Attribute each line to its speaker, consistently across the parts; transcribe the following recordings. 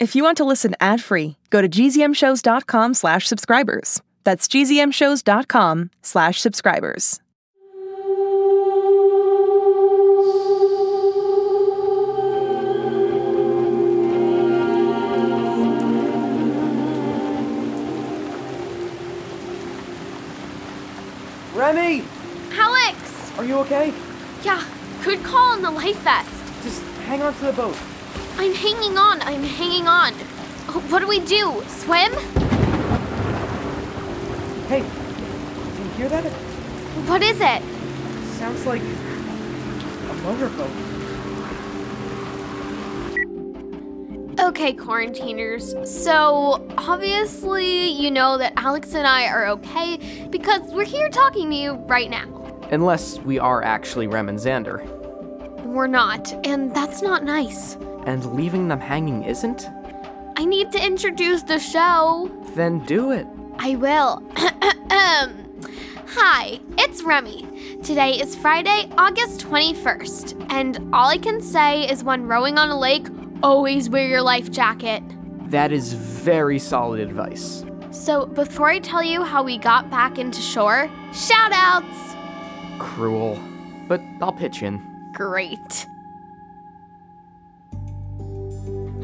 Speaker 1: if you want to listen ad-free, go to gzmshows.com slash subscribers. That's gzmshows.com slash subscribers.
Speaker 2: Remy,
Speaker 3: Alex!
Speaker 2: are you okay?
Speaker 3: Yeah, good call on the life vest.
Speaker 2: Just hang on to the boat.
Speaker 3: I'm hanging on, I'm hanging on. Oh, What do we do? Swim?
Speaker 2: Hey, do you hear that? It
Speaker 3: What is it?
Speaker 2: sounds like a motorboat.
Speaker 3: Okay, quarantiners. So, obviously, you know that Alex and I are okay because we're here talking to you right now.
Speaker 4: Unless we are actually Rem and Xander.
Speaker 3: We're not, and that's not nice.
Speaker 4: And leaving them hanging isn't?
Speaker 3: I need to introduce the show.
Speaker 4: Then do it.
Speaker 3: I will. Hi, it's Remy. Today is Friday, August 21st, and all I can say is when rowing on a lake, always wear your life jacket.
Speaker 4: That is very solid advice.
Speaker 3: So, before I tell you how we got back into shore, shout outs!
Speaker 4: Cruel. But I'll pitch in.
Speaker 3: Great.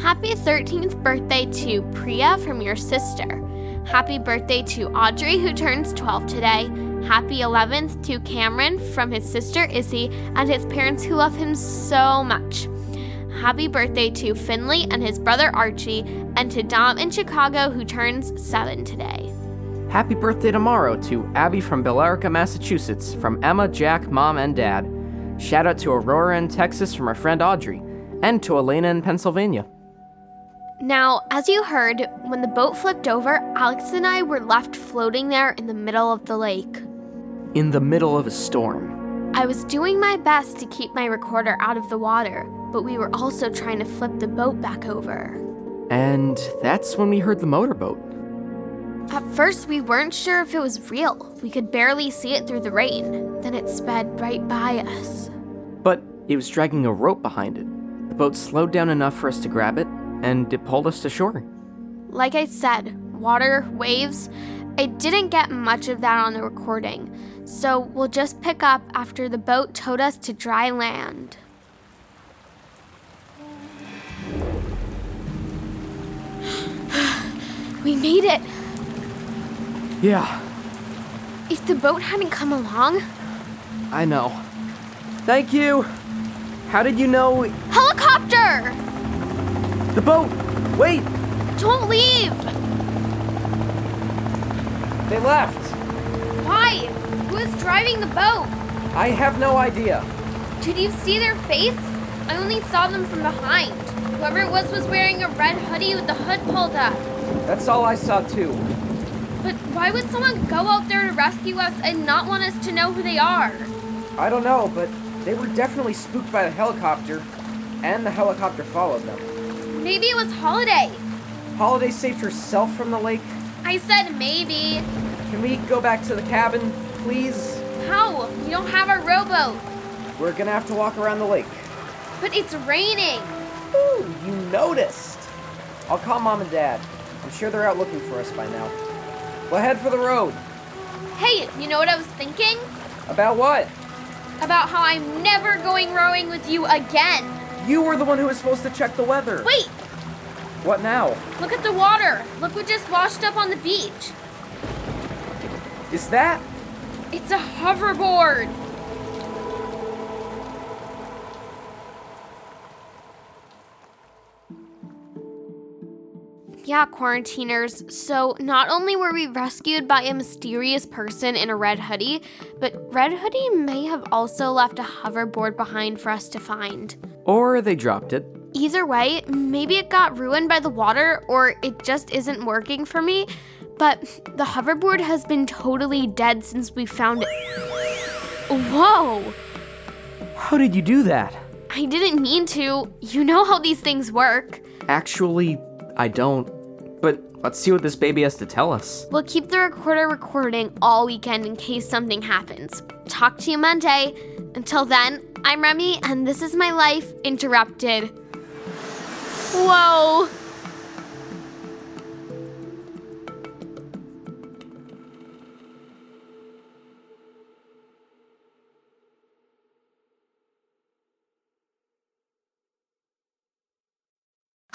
Speaker 3: Happy 13th birthday to Priya from your sister. Happy birthday to Audrey, who turns 12 today. Happy 11th to Cameron from his sister Izzy and his parents, who love him so much. Happy birthday to Finley and his brother Archie, and to Dom in Chicago, who turns 7 today.
Speaker 4: Happy birthday tomorrow to Abby from Billerica, Massachusetts, from Emma, Jack, Mom, and Dad. Shout out to Aurora in Texas from our friend Audrey, and to Elena in Pennsylvania.
Speaker 3: Now, as you heard, when the boat flipped over, Alex and I were left floating there in the middle of the lake.
Speaker 4: In the middle of a storm.
Speaker 3: I was doing my best to keep my recorder out of the water, but we were also trying to flip the boat back over.
Speaker 4: And that's when we heard the motorboat.
Speaker 3: At first, we weren't sure if it was real. We could barely see it through the rain. Then it sped right by us.
Speaker 4: But it was dragging a rope behind it. The boat slowed down enough for us to grab it, and it pulled us to shore.
Speaker 3: Like I said, water, waves, I didn't get much of that on the recording, so we'll just pick up after the boat towed us to dry land. we made it!
Speaker 4: Yeah,
Speaker 3: If the boat hadn't come along,
Speaker 4: I know. Thank you! How did you know
Speaker 3: helicopter!
Speaker 4: the boat? Wait!
Speaker 3: Don't leave!
Speaker 4: They left!
Speaker 3: Why? Who's driving the boat?
Speaker 4: I have no idea.
Speaker 3: Did you see their face? I only saw them from behind. Whoever it was was wearing a red hoodie with the hood pulled up.
Speaker 4: That's all I saw, too.
Speaker 3: But why would someone go out there to rescue us and not want us to know who they are?
Speaker 4: I don't know, but they were definitely spooked by the helicopter, and the helicopter followed them.
Speaker 3: Maybe it was Holiday.
Speaker 4: Holiday saved herself from the lake.
Speaker 3: I said maybe.
Speaker 4: Can we go back to the cabin, please?
Speaker 3: How? We don't have our rowboat.
Speaker 4: We're gonna have to walk around the lake.
Speaker 3: But it's raining.
Speaker 4: Ooh, you noticed. I'll call mom and dad. I'm sure they're out looking for us by now. We'll head for the road.
Speaker 3: Hey, you know what I was thinking?
Speaker 4: About what?
Speaker 3: About how I'm never going rowing with you again.
Speaker 4: You were the one who was supposed to check the weather.
Speaker 3: Wait,
Speaker 4: What now?
Speaker 3: look at the water. Look what just washed up on the beach.
Speaker 4: Is that?
Speaker 3: It's a hoverboard. Yeah, quarantiners. So, not only were we rescued by a mysterious person in a red hoodie, but Red Hoodie may have also left a hoverboard behind for us to find.
Speaker 4: Or they dropped it.
Speaker 3: Either way, maybe it got ruined by the water or it just isn't working for me, but the hoverboard has been totally dead since we found it. Whoa!
Speaker 4: How did you do that?
Speaker 3: I didn't mean to. You know how these things work.
Speaker 4: Actually, I don't. But let's see what this baby has to tell us.
Speaker 3: We'll keep the recorder recording all weekend in case something happens. Talk to you Monday. Until then, I'm Remy, and this is my life interrupted. Whoa!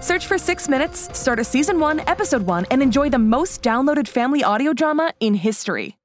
Speaker 1: Search for Six Minutes, start a season one, episode one, and enjoy the most downloaded family audio drama in history.